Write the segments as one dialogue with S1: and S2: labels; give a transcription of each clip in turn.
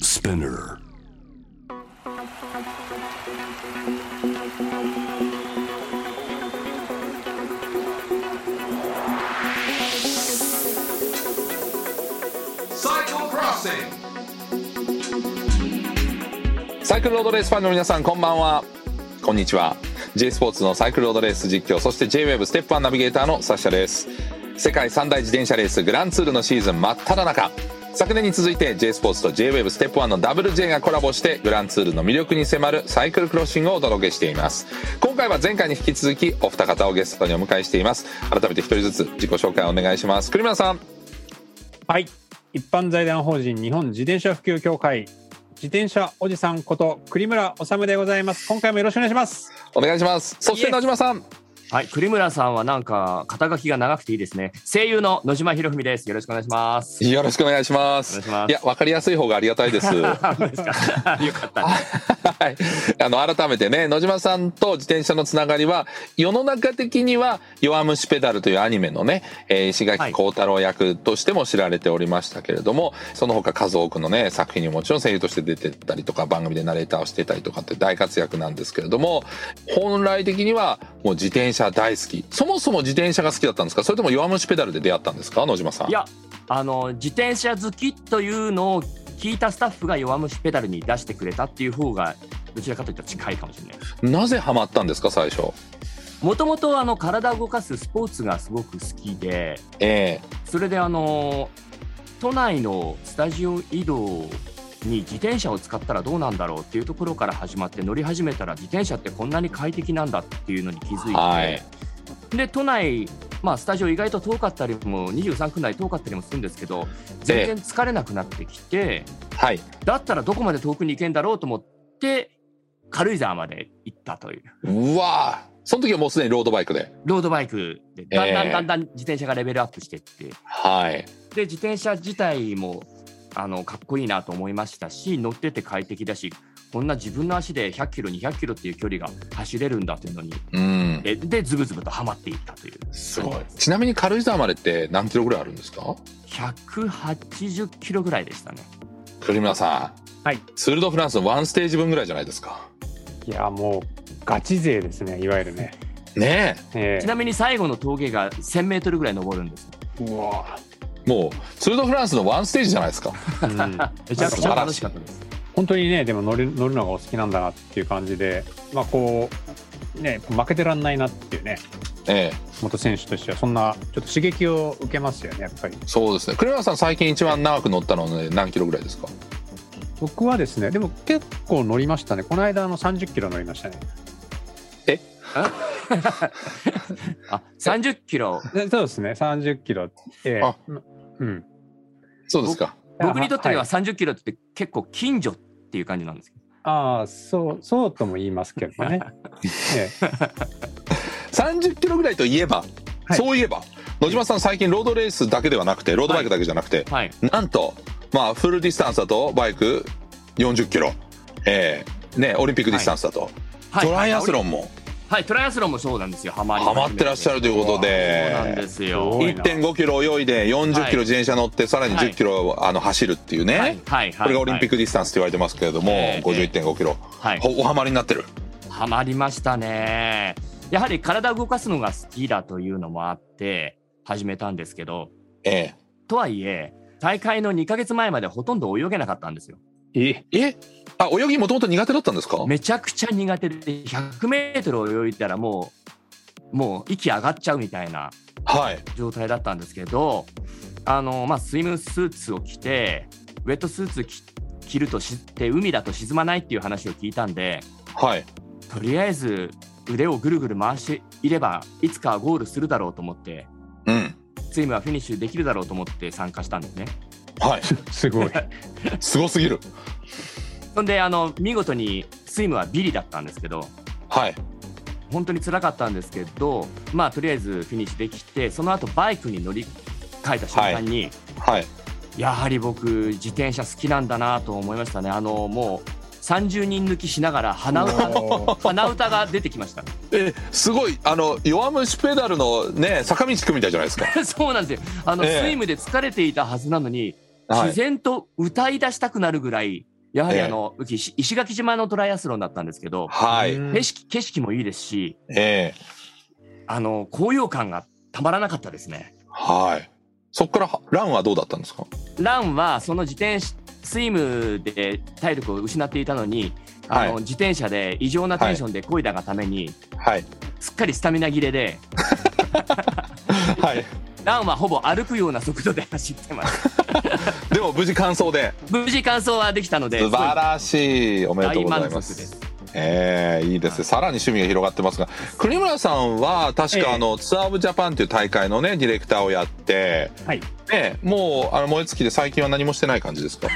S1: Spinner.
S2: サイクルロードレースファンの皆さんこんばんはこんにちは J スポーツのサイクルロードレース実況そして JWEB ステップワンナビゲーターのサッシャです世界三大自転車レースグランツールのシーズン真っ只中昨年に続いて J スポーツと JWEB ステップワンの WJ がコラボしてグランツールの魅力に迫るサイクルクロッシングをお届けしています今回は前回に引き続きお二方をゲストにお迎えしています改めて一人ずつ自己紹介をお願いします栗村さん
S3: はい。一般財団法人日本自転車普及協会自転車おじさんこと栗村治でございます。今回もよろしくお願いします。
S2: お願いしますそし
S3: い
S2: て
S3: え
S2: 野島さん
S4: はい、栗村さんはなんか肩書きが長くていいですね。声優の野島博文です。よろしくお願いします。
S2: よろしくお願いしま
S4: お願
S2: す
S4: いしま
S2: いや分かりやすい方がありがたいです
S4: あそうですか。よかった。
S2: はい、あの改めてね野島さんと自転車のつながりは世の中的には「弱虫ペダル」というアニメのね、えー石垣幸太郎役としても知られておりましたけれども、その他数多くのね作品にももちろん声優として出てたりとか番組でナレーターをしてたりとかって大活躍なんですけれども本来的にはもう自転車大好きそもそも自転車が好きだったんですかそれとも「弱虫ペダル」で出会ったんですか野島さん。
S4: いや、あの自転車好きというのを聞いたスタッフが弱虫ペダルに出してくれたっていう方がどちらかというと近いかもしれない。
S2: なぜハマったんですか最初。
S4: もともとあの体を動かすスポーツがすごく好きで、
S2: え
S4: それであの都内のスタジオ移動に自転車を使ったらどうなんだろうっていうところから始まって乗り始めたら自転車ってこんなに快適なんだっていうのに気づいて、
S2: はい
S4: で都内、まあ、スタジオ意外と遠かったりも23区内遠かったりもするんですけど全然疲れなくなってきて、
S2: えはい
S4: だったらどこまで遠くに行けんだろうと思って軽井沢まで行ったという
S2: うわーその時はもうすでにロードバイクで。
S4: ロードバイクでだんだんだんだん自転車がレベルアップしていって。
S2: はい。
S4: で自転車自体もあのかっこいいなと思いましたし乗ってて快適だしこんな自分の足で100キロ200キロっていう距離が走れるんだというのに
S2: うん。
S4: ででズブズブとハマっていったという
S2: すごい。ちなみに軽井沢までって何キロぐらいあるんですか
S4: 180キロぐらいでしたね
S2: 栗村さん。
S3: はい。
S2: ツール・ド・フランスのワンステージ分ぐらいじゃないですか。
S3: いやもうガチ勢ですね。いわゆるね。
S2: ね
S3: え
S4: ち
S3: え
S4: なみに最後の峠が1000メートルぐらい登るんです
S3: うわ、
S2: え。もう、ツール・ド・フランスのワンステージじゃないですか。
S3: うん
S4: めちゃくちゃ楽しかったです
S3: 本当にねでも乗る乗るのがお好きなんだなっていう感じで、まあこうね負けてらんないなっていうね
S2: ええ。
S3: 元選手としてはそんなちょっと刺激を受けますよねやっぱり。
S2: そうですね。栗村さん最近一番長く乗ったのはね何キロぐらいですか
S3: 僕はですねでも結構乗りましたね。この間あの30キロ乗りましたね。
S4: あ30キロ
S3: でそうですね30キロ。ええ
S2: あ
S3: うん。
S2: そうですか。
S4: 僕にとっては
S3: はい
S4: 30キロって結構近所っていう感じなんですけど
S3: ああそうそうとも言いますけど ね。ええ
S2: 30キロぐらいといえば、
S3: はい
S2: そういえば、野島さん最近ロードレースだけではなくて、ロードバイクだけじゃなくて、
S4: はい
S2: なんと、まあ、フルディスタンスだとバイク40キロ、ええね、オリンピックディスタンスだと、
S4: はい
S2: トライアスロンも
S4: はいトライアスロンもそうなんですよハマり
S2: ハマってらっしゃるということ
S4: そうなん
S2: で。
S4: ですよ
S3: ごいな
S2: 1.5キロ泳いで40キロ自転車乗ってさらに
S4: はい
S2: 10キロあの走るっていうね、
S4: はいはいはい、
S2: これがオリンピックディスタンスと言われてますけれども、
S4: ええ
S2: 51.5キロ、
S4: はい、はい、
S2: おおハマりになってる
S4: はまりましたねやはり体を動かすのが好きだというのもあって始めたんですけど
S2: え
S4: とはいえ大会の2ヶ月前までほとんど泳げなかったんですよ
S3: え
S2: ええあ泳ぎもともと苦手だったんですか
S4: めちゃくちゃ苦手で100メートル泳いだらもうもう息上がっちゃうみたいな
S2: はい
S4: 状態だったんですけどあの、まあ、スイムスーツを着てウェットスーツ着着るとしって海だと沈まないっていう話を聞いたんで
S2: はい
S4: とりあえず腕をぐるぐる回していればいつかはゴールするだろうと思って
S2: うん
S4: チームはフィニッシュできるだろうと思って参加したんですね
S2: はい
S3: すごい。
S2: すごすぎる
S4: そんであの見事にスイムはビリだったんですけど
S2: はい
S4: 本当に辛かったんですけどまあとりあえずフィニッシュできてその後バイクに乗り換えた瞬間に、
S2: はい
S4: やはり僕自転車好きなんだなと思いましたねあのもう30人抜きしながら鼻歌が
S3: お
S4: 鼻歌が出てきました
S2: えすごいあの弱虫ペダルのね坂道くんみたいじゃないですか
S4: そうなんですよあの、
S2: ええ
S4: スイムで疲れていたはずなのに
S2: は
S4: 自
S2: い、
S4: 然と歌い出したくなるぐらいやは
S2: え
S4: り
S2: え
S4: あの、うち石石垣島のトライアスロンだったんですけど、
S2: はい。
S3: うん
S4: 景色景色もいいですし、
S2: ええ
S4: あの高揚感がたまらなかったですね。
S2: はい。そこからランはどうだったんですか
S4: ランはその自転車スイムで体力を失っていたのに、あの
S2: は
S4: 自転車で異常なテンションで漕いだがために、
S2: はい。
S4: すっかりスタミナ切れで、
S2: はい。
S4: ランはほぼ歩くような速度で走っ てます。
S2: でも無事完走で。
S4: 無事完走はできたので、
S2: 素晴らしい。おめでとう
S4: 大
S2: ござい
S4: 満
S2: ま。
S4: 足ですす。
S2: ええいいですね。さらに趣味が広がってますが、国村さんは確
S3: ええ
S2: かあの、ツアーオブジャパンという大会のね、ディレクターをやって、
S3: はい。
S2: ね、もう、あの、燃え尽きで最近は何もしてない感じですか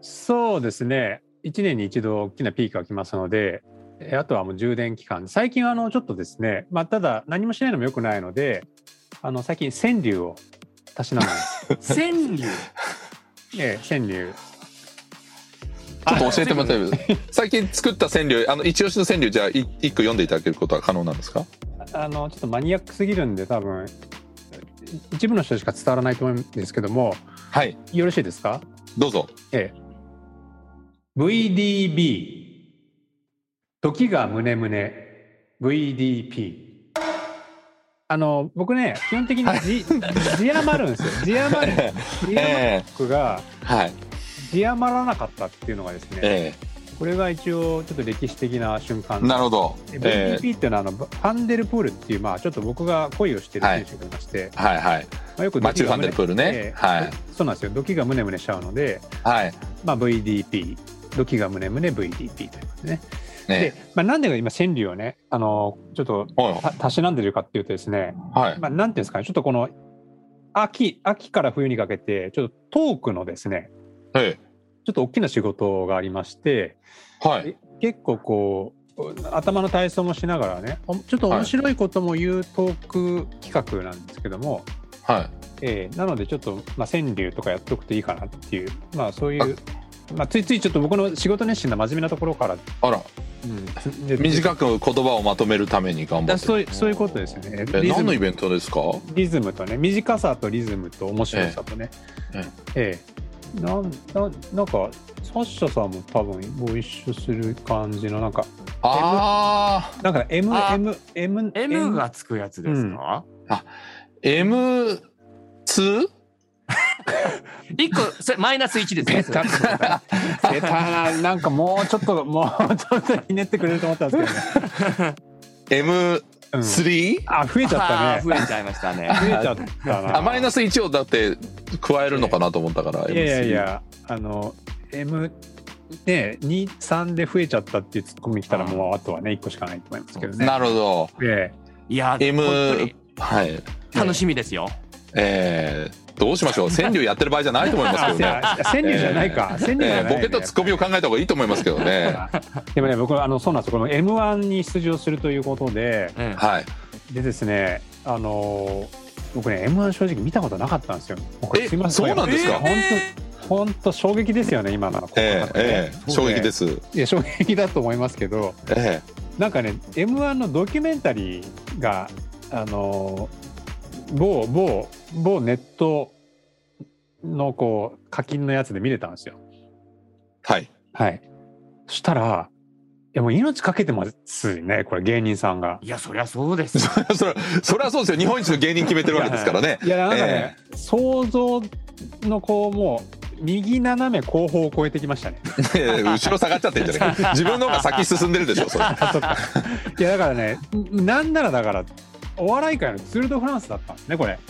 S3: そうですね。1年に一度大きなピークが来ますので、えあとはもう充電期間。最近はあのちょっとですね、まあただ何もしないのも良くないので、あの最近川柳をたしなむん で す。
S4: 川柳
S3: ええ、川柳。
S2: ちょっと教えてもらっていいですか最近作った川柳、あの、一押しの川柳、じゃあ、い一句読んでいただけることは可能なんですか
S3: あのちょっとマニアックすぎるんで多分一部の人しか伝わらないと思うんですけども
S2: はい。
S3: よろしいですか
S2: どうぞ。
S3: ええ VDB 時が胸胸 VDP あの僕ね基本的に字字余るんですよ 字余る字余る
S2: え
S3: 僕が
S2: えはい。
S3: 字余らなかったっていうのがですね
S2: え
S3: これが一応ちょっと歴史的な瞬間
S2: え
S3: で
S2: なるほど。ええ
S3: VDP っていうのはあのファンデルプールっていうまあちょっと僕が恋をしてる選手がいまして、
S2: はいはい。
S3: まあ、よく
S2: マチューファンデルプールね
S3: ええ
S2: はい
S3: そうなんですよ、ドキがムネムネしちゃうので、
S2: はい。
S3: まあ、VDP、ドキがムネムネ VDP と言いますね。で
S2: ね、
S3: まあ、なんで今、川柳をね、あのちょっと
S2: おい
S3: たたしなんでるかっていうとですね、
S2: はい。
S3: まあ、なんていうんですかね、ちょっとこの秋秋から冬にかけて、ちょっとトークのですね、
S2: え
S3: ちょっと大きな仕事がありまして、
S2: えはい。
S3: 結構こう頭の体操もしながらねおちょっと面白いことも言うトーク企画なんですけども、
S2: はい。
S3: えーなのでちょっと、まあ、川柳とかやっとくといいかなっていうまあそういう、まあ、ついついちょっと僕の仕事熱心な真面目なところから、
S2: あら、
S3: うん、
S2: 短く言葉をまとめるために頑張
S3: だ
S2: って。
S3: そういそういうことですね
S2: え、
S3: リズ
S2: 何のイ
S3: ム
S2: ベントですか
S3: リズムとね短さとリズムと面白さとね
S2: え
S3: ええなんなんなんかサッシャさんも多分ご一緒する感じのなんか
S2: あ
S3: なんか M
S4: あ
S3: M M
S4: M がつくやつですか、
S2: ー、M2?
S4: 一個それマイナス1ですね
S3: ベ
S4: それ
S3: タ。ベタな、 なんかもうちょっと、もうちょっとひねってくれると思ったんですけどね。
S2: M3?
S3: うんあ、増えちゃ
S4: あ
S3: っ
S4: ー増えちゃいましたね
S3: たね。増えちゃったな。
S2: あマイナス1をだって加えるのかなと思ったから、
S3: い
S2: M3
S3: やいやいや、あの、M、ね、2、3で増えちゃったっていうツッコミ来たら、もうあとはね、1個しかないと思いますけどね。
S2: なるほど
S3: え
S4: いや
S2: M
S4: 本当に
S2: はい
S4: 楽しみですよ、
S2: えー、どうしましょう 川柳やってる場合じゃないと思いますけ
S3: あ
S2: ど
S3: いや
S2: ね
S3: 川柳じゃないか。川柳じ
S2: え
S3: ゃ
S2: ー
S3: ない、
S2: ボケとツッコミを考えた方がいいと思いますけどね。
S3: でもね、僕、あの、そうなんですよ。この M1 に出場するということで、
S4: うん
S2: はい。
S3: でですね、あの僕ね、M1 正直見たことなかったんですよ。こ
S2: え
S3: れすいませ
S2: そうなんですか
S3: これ本当、本当衝撃ですよね、今の。。
S2: えー、えー、衝撃ですす。
S3: いや、衝撃だと思いますけど、
S2: え
S3: なんかね、M1 のドキュメンタリーが、あの某、某、某ネットのこう、課金のやつで見れたんですよ。
S2: ー、はい。
S3: はい。そしたら、いやもう命かけてますよね、これ芸人さんが。
S4: いやそりゃそうですよ
S2: それそれはそうですよ。日本一の芸人決めてるわけですからね。
S3: いやなんかね、想像のこうもう右斜め後方を超えてきま したね。
S2: いやいや後ろ下がっちゃってんじゃ ないか。自分の方が先進んでるでしょ。それ
S3: あそっかいやだからねんなんならだからお笑い界のツール・ド・フランスだったんですねこれ。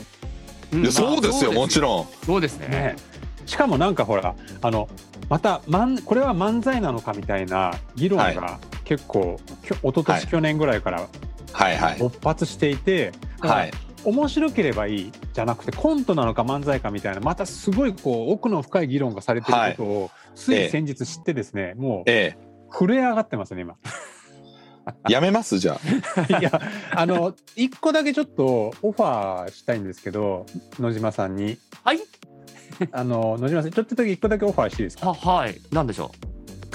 S2: いやそうですよもち
S4: んま
S2: ろん
S4: あそうですよそうですね
S3: ねしかもなんかほらあのまたまんこれは漫才なのかみたいな議論が結構、きょ一昨
S2: はい
S3: 年去年ぐらいから
S2: はいはい
S3: 勃発していて、だから
S2: はい
S3: 面白ければいいじゃなくてコントなのか漫才かみたいなまたすごいこう奥の深い議論がされてることをつ
S2: ええ
S3: い先日知ってですね、もう
S2: え
S3: 震え上がってますね今。
S2: えやめますじゃ
S3: いやあの一個だけちょっとオファーしたいんですけど野島さんに
S4: はい
S3: あの野島さんちょっとだけ一個だけオファーしていいですか
S4: ははいなんでしょ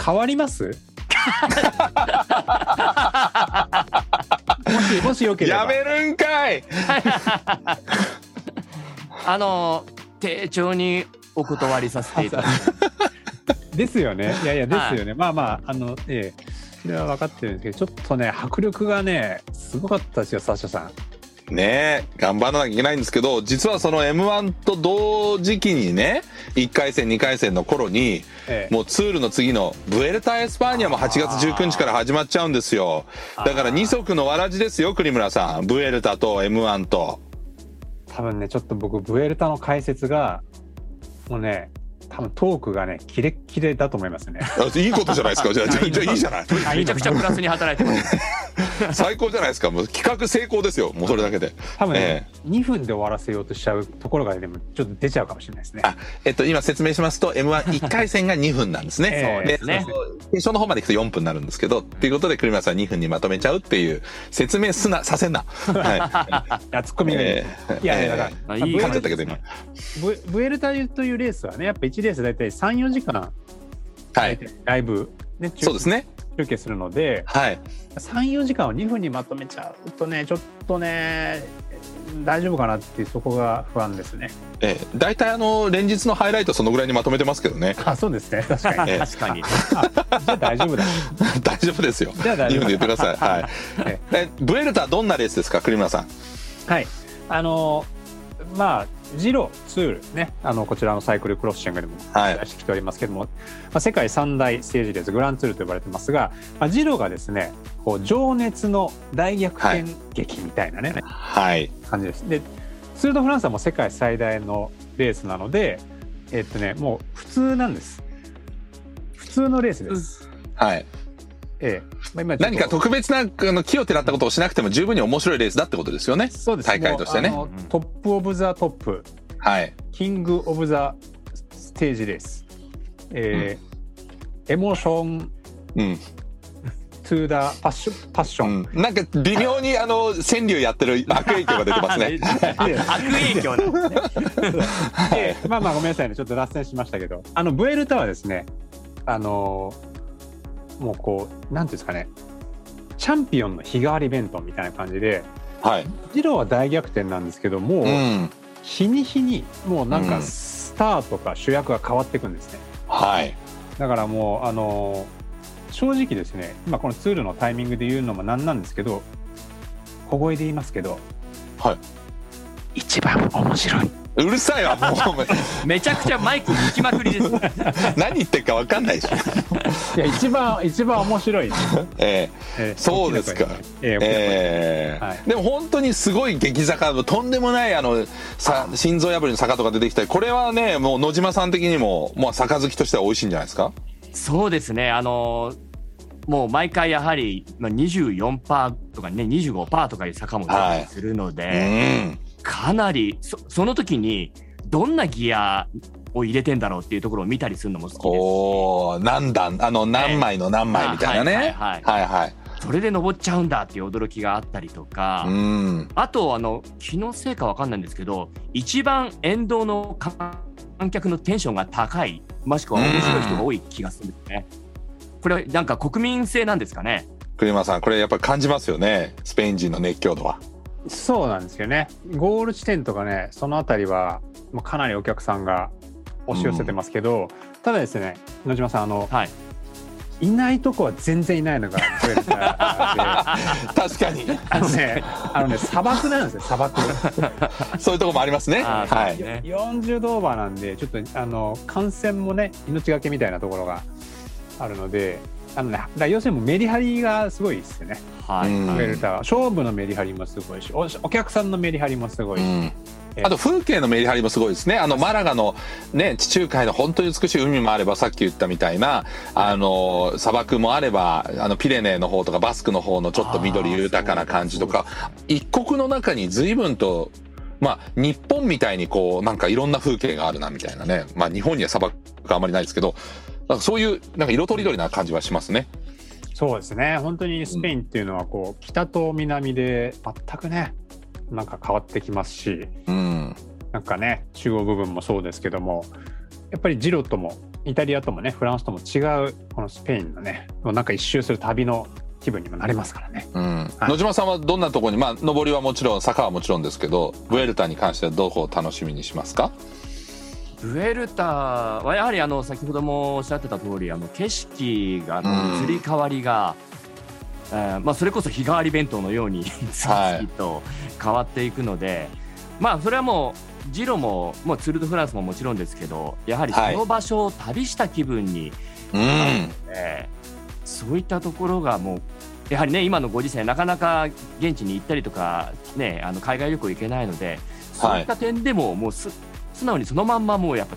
S3: 変わりますもしもしよ
S2: あ
S3: ければ
S2: やめるんかいう
S4: あの丁重にお断りさせていただきます
S3: ですよね。いやいや、ですよね。まあまあ、あの、ええ、それは分かってるんですけど、ちょっとね、迫力がね、すごかったですよ、サッシャさん。
S2: ねえ、頑張らなきゃいけないんですけど、実はその M1 と同時期にね、1回戦、2回戦の頃に、
S3: ええ、
S2: もうツールの次のブエルタ・エスパーニャも8月19日から始まっちゃうんですよ。だから二足のわらじですよ、栗村さん。ブエルタと M1 と。
S3: 多分ね、ちょっと僕、ブエルタの解説が、もうね、多分トークがね、キレッキレだと思い ますね。
S2: あいいことじゃないですか。じゃあ、じゃあじゃあいいじゃない。
S4: あめちゃくちゃプラスに働いてます。
S2: 最高じゃないですか。もう企画成功ですよ。もうそれだけで。
S3: 多分
S2: え
S3: ね、2分で終わらせようとしちゃうところが、でも、ちょっと出ちゃうかもしれないですね。
S2: あえっと、今説明しますと、M11 回戦が2分なんですね。
S3: ええ
S2: で
S4: そうですね
S2: 決勝の方まで行くと4分になるんですけど、っていうことで、栗村さん2分にまとめちゃうっていう、説明すな、させんな。はい
S3: や、ツッコ ミがいい
S2: ええ
S3: いやいや、だから、
S4: あい
S2: い。
S4: い
S2: 噛
S4: 感
S2: んじゃ
S4: じ
S2: ったけど、今。
S3: ブブエルタというレースはね、やっぱ1レース大体3、4時間、
S2: はい。
S3: ライブ、ね、中
S2: そうですね。
S3: 中継するので、
S2: はい。
S3: 34時間を2分にまとめちゃうとねちょっとね大丈夫かなっていうそこが不安ですね
S2: ええ、大体あの、連日のハイライトそのぐらいにまとめてますけどね。
S3: あそうですね確かに
S2: ええ
S4: 確かに。
S3: じゃあ大丈夫だ
S2: 大丈夫ですよ。
S3: じゃあ大
S2: 2
S3: 丈
S2: 分
S3: 夫
S2: で言ってください。はい
S3: え。
S2: えブエルタどんなレースですか、栗村さん。
S3: はいあのまあジロツールねあのこちらのサイクルクロッシングでも
S2: はい
S3: 出。してきておりますけども、まあ、世界三大ステージレースグランツールと呼ばれてますが、まあ、ジロがですねこう情熱の大逆転劇みたいなね、
S2: はい。
S3: 感じです。でツール・ド・フランスはもう世界最大のレースなのでえっとねもう普通なんです普通のレースです。
S2: はい。
S3: ええまあ、今ちょっ
S2: 何か特別な、あの、木をてらったことをしなくても十分に面白いレースだってことですよね。
S3: そうです
S2: 大会としてね
S3: もうあ
S4: うん
S3: のトップ・オブ・ザ・トップ
S2: はい。
S3: キング・オブ・ザ・ステージレース、ええエモーション・
S2: うん。
S3: トゥ・ダ・パッションパッション、
S2: うんなんか微妙にあの川柳やってる悪影響が出てますね。
S3: で
S4: 悪影響なんですね。
S3: でまあまあごめんなさいねちょっと脱線しましたけどあのブエルタはですねあのーもうこうなんていうんですかねチャンピオンの日替わり弁当みたいな感じで
S2: はい。
S3: ジローは大逆転なんですけどもう
S2: うん。
S3: 日に日にもうなん
S2: う
S3: か
S2: ん
S3: スターとか主役が変わっていくんですね
S2: はい。
S3: だからもうあのー正直ですね今このツールのタイミングで言うのもなんなんですけど小声で言いますけど
S2: はい
S3: 一番面白いう
S2: るさいわ、もうお前。
S4: めちゃくちゃマイク行きまくりです。
S2: 何言ってるかわかんないし。
S3: いや一番一番面白い
S2: え
S3: えー
S2: そうですか。
S3: え
S2: え
S3: ー
S2: ええ
S3: はい
S2: でも本当にすごい激坂、とんでもないあの、さ、心臓破りの坂とか出てきたり、これはね、もう野島さん的にも、もう坂好きとしては美味しいんじゃないですか
S4: そうですね。あのーもう毎回やはりまあ24%とかね25%とかいう坂も出たりするので、
S2: うん。
S4: かなりそその時にどんなギアを入れてんだろうっていうところを見たりするのも好きです
S2: おお何段、あの、何枚の何枚みたいなね。
S4: はいはい
S2: はいはい。
S4: それで登っちゃうんだっていう驚きがあったりとか、
S2: うん。
S4: あとあの気のせいかわかんないんですけど一番沿道の観客のテンションが高いもしくは面白い人が多い気がするんですね。これなんか国民性なんですかね。
S2: 栗山さん、これやっぱり感じますよね。スペイン人の熱狂度 は。
S3: そうなんですよねゴール地点とかねその辺りはもうかなりお客さんが押し寄せてますけど、ただですね野島さんあの
S4: はい。
S3: いないとこは全然いないのが増えるから
S2: 確かに。
S3: あのねあのね砂漠なんですよ砂漠
S2: そういうところもありますね。
S4: あー
S2: はい。
S4: ね
S3: 40度オーバーなんでちょっとあの感染もね命がけみたいなところがあるのであのねだから要するにもうメリハリがすごいですよね
S4: はい。
S2: うん
S3: ウェルターは勝負のメリハリもすごいしおお客さんのメリハリもすごいし、
S2: うんあと風景のメリハリもすごいですね。あのマラガのね、地中海の本当に美しい海もあれば、さっき言ったみたいな、あの、砂漠もあれば、あのピレネーの方とかバスクの方のちょっと緑豊かな感じとか、一国の中に随分と、まあ、日本みたいにこう、なんかいろんな風景があるなみたいなね。まあ、日本には砂漠があんまりないですけど、なんかそういう、なんか色とりどりな感じはしますね。
S3: そうですね本当にスペインっていうのはこう、北と南で全くねなんか変わってきますし
S2: うん。
S3: なんかね中央部分もそうですけどもやっぱりジロともイタリアともねフランスとも違うこのスペインのねもうなんか一周する旅の気分にもなりますからね。
S2: うん
S3: はい
S2: 野島さんはどんなところに、まあ、上りはもちろん坂はもちろんですけどブエルタに関してはどこを楽しみにしますか、
S4: プエルタはやはりあの先ほどもおっしゃってた通りあの景色があ
S2: う
S4: の
S2: ん
S4: 移り変わりが、えーまあ、それこそ日替わり弁当のように 次々と変わっていくので、まあそれはもうジロも、まあ、ツール・ド・フランスももちろんですけどやはりそ
S2: はい
S4: の場所を旅した気分に、
S2: うん
S4: えーそういったところがもうやはりね今のご時世なかなか現地に行ったりとか、ね、あの海外旅行行けないのでそういった点でももうす、素直にそのまんまもうやっぱ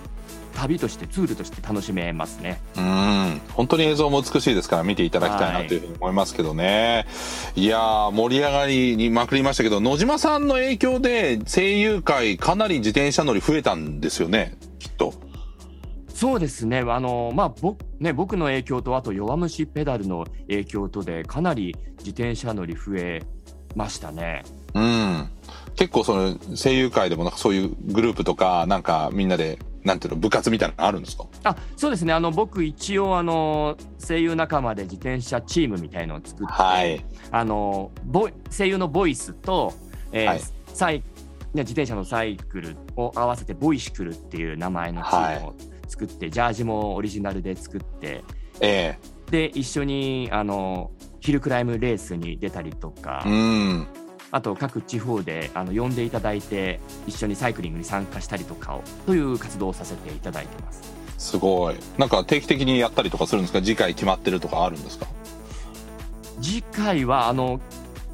S4: 旅としてツールとして楽しめますね。
S2: うん本当に映像も美しいですから見ていただきたいなというふうに思いますけどね、い、やー盛り上がりにまくりましたけど野島さんの影響で声優界かなり自転車乗り増えたんですよねきっと
S4: そうですねあの、まあ僕ね、僕の影響とあと弱虫ペダルの影響とでかなり自転車乗り増えましたね。
S2: うん結構その声優界でもなんかそういうグループとかなんかみんなでなんていうの部活みたいなのあるんですか
S4: あそうですねあの僕一応あの声優仲間で自転車チームみたいのを作って、
S2: はい
S4: あのボイ声優のボイスと、えー
S2: はい
S4: サイね自転車のサイクルを合わせてボイシクルっていう名前のチームを作って、ジャージもオリジナルで作って
S2: え
S4: で一緒にあのヒルクライムレースに出たりとか、
S2: えうん
S4: あと各地方であの呼んでいただいて一緒にサイクリングに参加したりとかをという活動をさせていただいてます。
S2: すごいなんか定期的にやったりとかするんですか次回決まってるとかあるんですか
S4: 次回はあの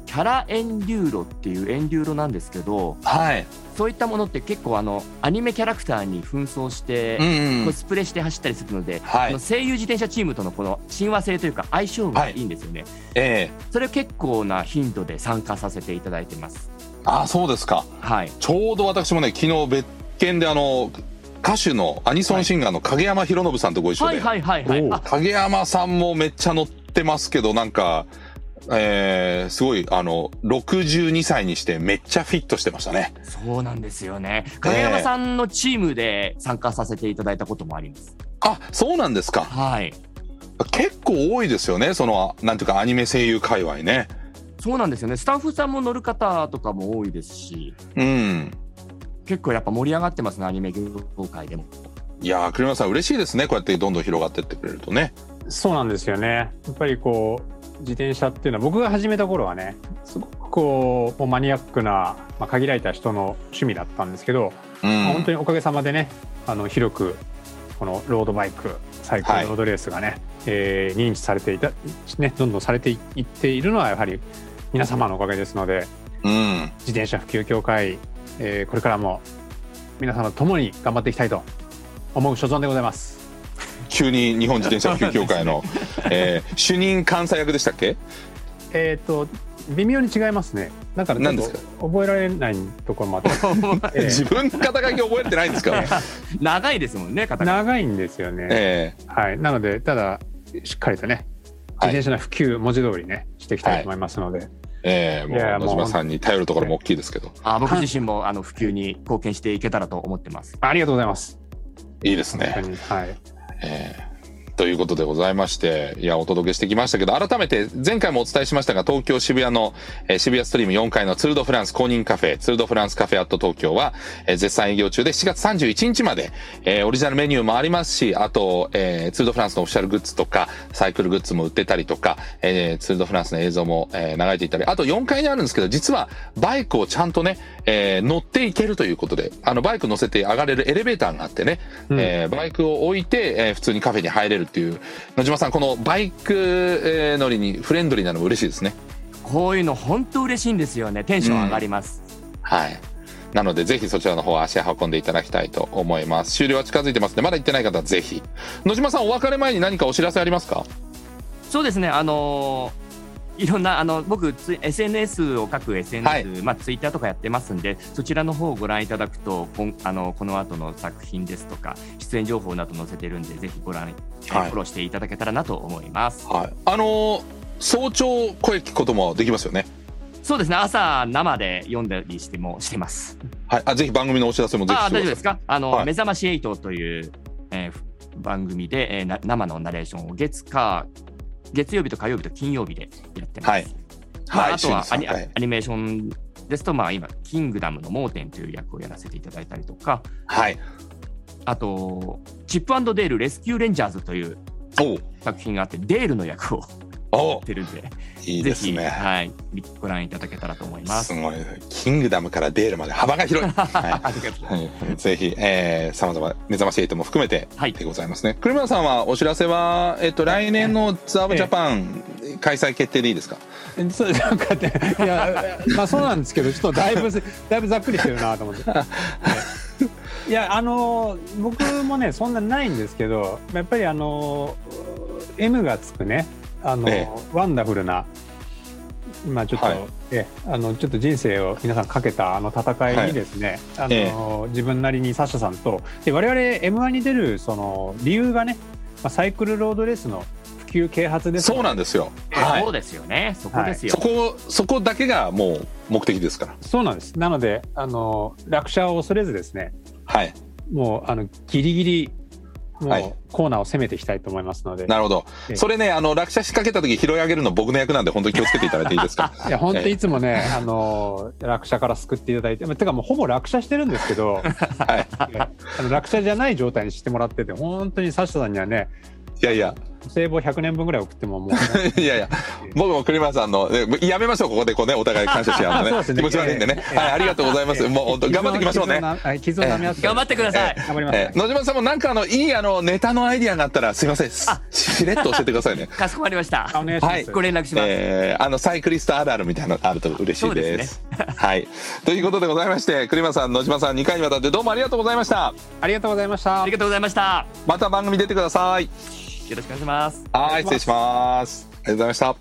S4: キャラエンデューロっていうエンデューロなんですけど
S2: はい
S4: そういったものって結構あのアニメキャラクターに紛争して
S2: うん、う
S4: コ
S2: ん、
S4: スプレして走ったりするので、
S2: は
S4: あ
S2: い
S4: の声優自転車チームとのこの親和性というか相性がいいんですよね、
S2: ええ
S4: それを結構な頻度で参加させていただいてます
S2: ああそうですか
S4: はい
S2: ちょうど私もね昨日別件であの歌手のアニソンシンガーの影山博信さんとご一緒
S4: は
S2: で、
S4: いはいはいは
S3: お
S4: いうあ
S2: 影山さんもめっちゃ乗ってますけどなんか、えー、すごいあの62歳にしてめっちゃフィットしてましたね
S4: そうなんですよね影山さんのチームで参加させていただいたこともあります、
S2: あそうなんですか
S4: はい
S2: 結構多いですよねそのなんていうかアニメ声優界隈ね
S4: そうなんですよねスタッフさんも乗る方とかも多いですし
S2: うん
S4: 結構やっぱ盛り上がってますねアニメ業界でも
S2: いやー栗山さん嬉しいですねこうやってどんどん広がってってくれるとね
S3: そうなんですよね。やっぱりこう自転車っていうのは僕が始めた頃はねすごくこうもうマニアックな、まあ、限られた人の趣味だったんですけど、
S2: う
S3: まあ本
S2: ん
S3: 当におかげさまでねあの広くこのロードバイクサイク
S2: は
S3: ル
S2: い
S3: ロードレースがね、えー認知されていた、ね、どんどんされていいっているのはやはり皆様のおかげですので
S2: うん
S3: 自転車普及協会、えーこれからも皆様ともに頑張っていきたいと思う所存でございます。
S2: 急に日本自転車普及協会 の、えー主任監査役でしたっけ
S3: えっ、と微妙に違いますね。だからちょ
S2: 何
S3: っ
S2: ですか
S3: と覚えられないところ もあって、ええ
S2: 自分肩書き覚えてないんですか
S4: 長いですもんね方が
S3: 長いんですよね。
S2: ええ
S3: はい。なのでただしっかりとね自
S2: はい
S3: 転車の普及文字通りねしていきたいと思いますので、
S2: ええもう
S3: いや
S2: 野
S3: も
S2: 島
S3: う
S2: さんに頼るところも大きいですけど
S4: あ僕自身もあの普及に貢献していけたらと思ってます。
S3: ありがとうございます。
S2: いいです
S3: 本当
S2: ね、
S3: にはい。
S2: ええということでございましていやお届けしてきましたけど改めて前回もお伝えしましたが東京渋谷の、えー渋谷ストリーム4階のツール・ド・フランス公認カフェツール・ド・フランスカフェアット東京は、えー絶賛営業中で7月31日まで、えーオリジナルメニューもありますしあと、えーツール・ド・フランスのオフィシャルグッズとかサイクルグッズも売ってたりとか、えーツール・ド・フランスの映像も、えー流れていたりあと4階にあるんですけど実はバイクをちゃんとね、えー乗っていけるということであのバイク乗せて上がれるエレベーターがあってね、
S3: うん
S2: えーバイクを置いて、えー普通にカフェに入れるっていう野島さんこのバイク、えー乗りにフレンドリーなのも嬉しいですね。
S4: こういうの本当嬉しいんですよね。テンション上がります。
S2: はい。なので、ぜひそちらの方足を運んでいただきたいと思います。終了は近づいてますね。まだ行ってない方はぜひ。野島さん、お別れ前に何かお知らせありますか
S4: そうですね。あのーいろんなあの僕ツイ SNS を各 SNS、
S2: はい
S4: まあツイッターとかやってますんで、そちらの方をご覧いただくとこんあのこの後の作品ですとか出演情報など載せてるんでぜひご覧、えー
S2: はい
S4: フォローしていただけたらなと思います。
S2: はい。あのー早朝声聞くこともできますよね。
S4: そうですね。朝生で読んだりしてもしてます。
S2: はい。あ、ぜひ番組のお知らせもぜひ
S4: あ
S2: し
S4: あ
S2: て
S4: 大
S2: くだ
S4: 丈夫
S2: さ
S4: です
S2: い。
S4: かあの、
S2: はい
S4: 目覚まし8という、えーふ番組で、えーな生のナレーションを月火月曜日と火曜日と金曜日でやってます。
S2: はい
S4: まあ
S2: はい。
S4: あとは
S2: 週
S4: ア
S2: に
S4: ニ,、
S2: 三回
S4: アニメーションですと、まあ、今、キングダムの盲点という役をやらせていただいたりとか、
S2: はい。
S4: あと、チップデールレスキューレンジャーズという
S2: おう
S4: 作品があって、デールの役をや
S2: おう
S4: ってるんで、
S2: いい
S4: ぜ
S2: です
S4: ひ、
S2: ね
S4: はい、ご覧いただけたらと思いますす。
S2: ごいキングダムからデールまで幅が広い、は
S4: ありがとうございま
S2: い、ぜひさまざま目覚まし8も含めて
S4: す。はい
S2: でございますね。栗村さんはお知らせは、えっと、来年のツアーオブジャパン開催決定でいいですか
S3: えそうなんかねいやまあそうなんですけどちょっとだいぶだいぶざっくりしてるな と思って、ねいやあの僕もねそんなないんですけどやっぱりあの M がつくねあの、
S2: え
S3: ワンダフルな今ちょっと、
S2: はい
S3: えあのちょっと人生を皆さんかけたあの戦いにですね、あの
S2: え
S3: 自分なりにサッシャさんとで我々 m 1に出るその理由がね、まあ、サイクルロードレースの普及啓発です
S2: そ
S3: ので
S2: うなんですよ。
S4: え
S2: は
S4: そうですよね。そこです
S2: い。
S4: よ
S2: そ。こ、そこだけがもう目的ですから。
S3: そうなんです。なので、あの落車を恐れずですね、
S2: はい。
S3: もうあのギリギリもう、
S2: はい
S3: コーナーを攻めていきたいと思いますので、
S2: なるほど
S3: え。え
S2: それね、あの、落車しかけた時拾い上げるの僕の役なんで本当に気をつけていただいていいですか
S3: いや本当
S2: ええ
S3: いつもね、あの落車から救っていただいて、まあてかもうほぼ落車してるんですけ ど、
S2: はい。
S3: いやあの落車じゃない状態にしてもらってて、本当にサッシャさんにはね、
S2: いやいや、
S3: 聖望100年分ぐらい送ってももう、
S2: いやいや、僕も栗村さんの、えやめましょう、ここでこうね、お互い感謝し合う
S3: そう
S2: の
S3: です
S2: ね。
S3: ね
S2: 気持ち悪いんでね。はい、ありがとうございます。もう本当、頑張っていきましょうね
S3: 傷。をなはい傷を舐め合って、
S4: 頑張ってください。
S3: 頑張ります。
S2: えー野島さんもなんかあのいいあのネタのアイディアがあったらすいませんし
S4: あ
S2: しれっと教えてくださいね
S4: かしこまりました。
S3: お願いします。
S4: ご連絡します。
S2: えーあのサイクリストあるあるみたいなのあると嬉しいです はいということでございまして栗間さん野島さん2回にわたってどうもありがとうございました
S3: ありがとうございました
S4: あり。がとうございました。
S2: また番組出てください
S4: よろしくお願いします。
S2: はい失礼しますありがとうございました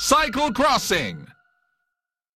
S2: サイクルクロッシング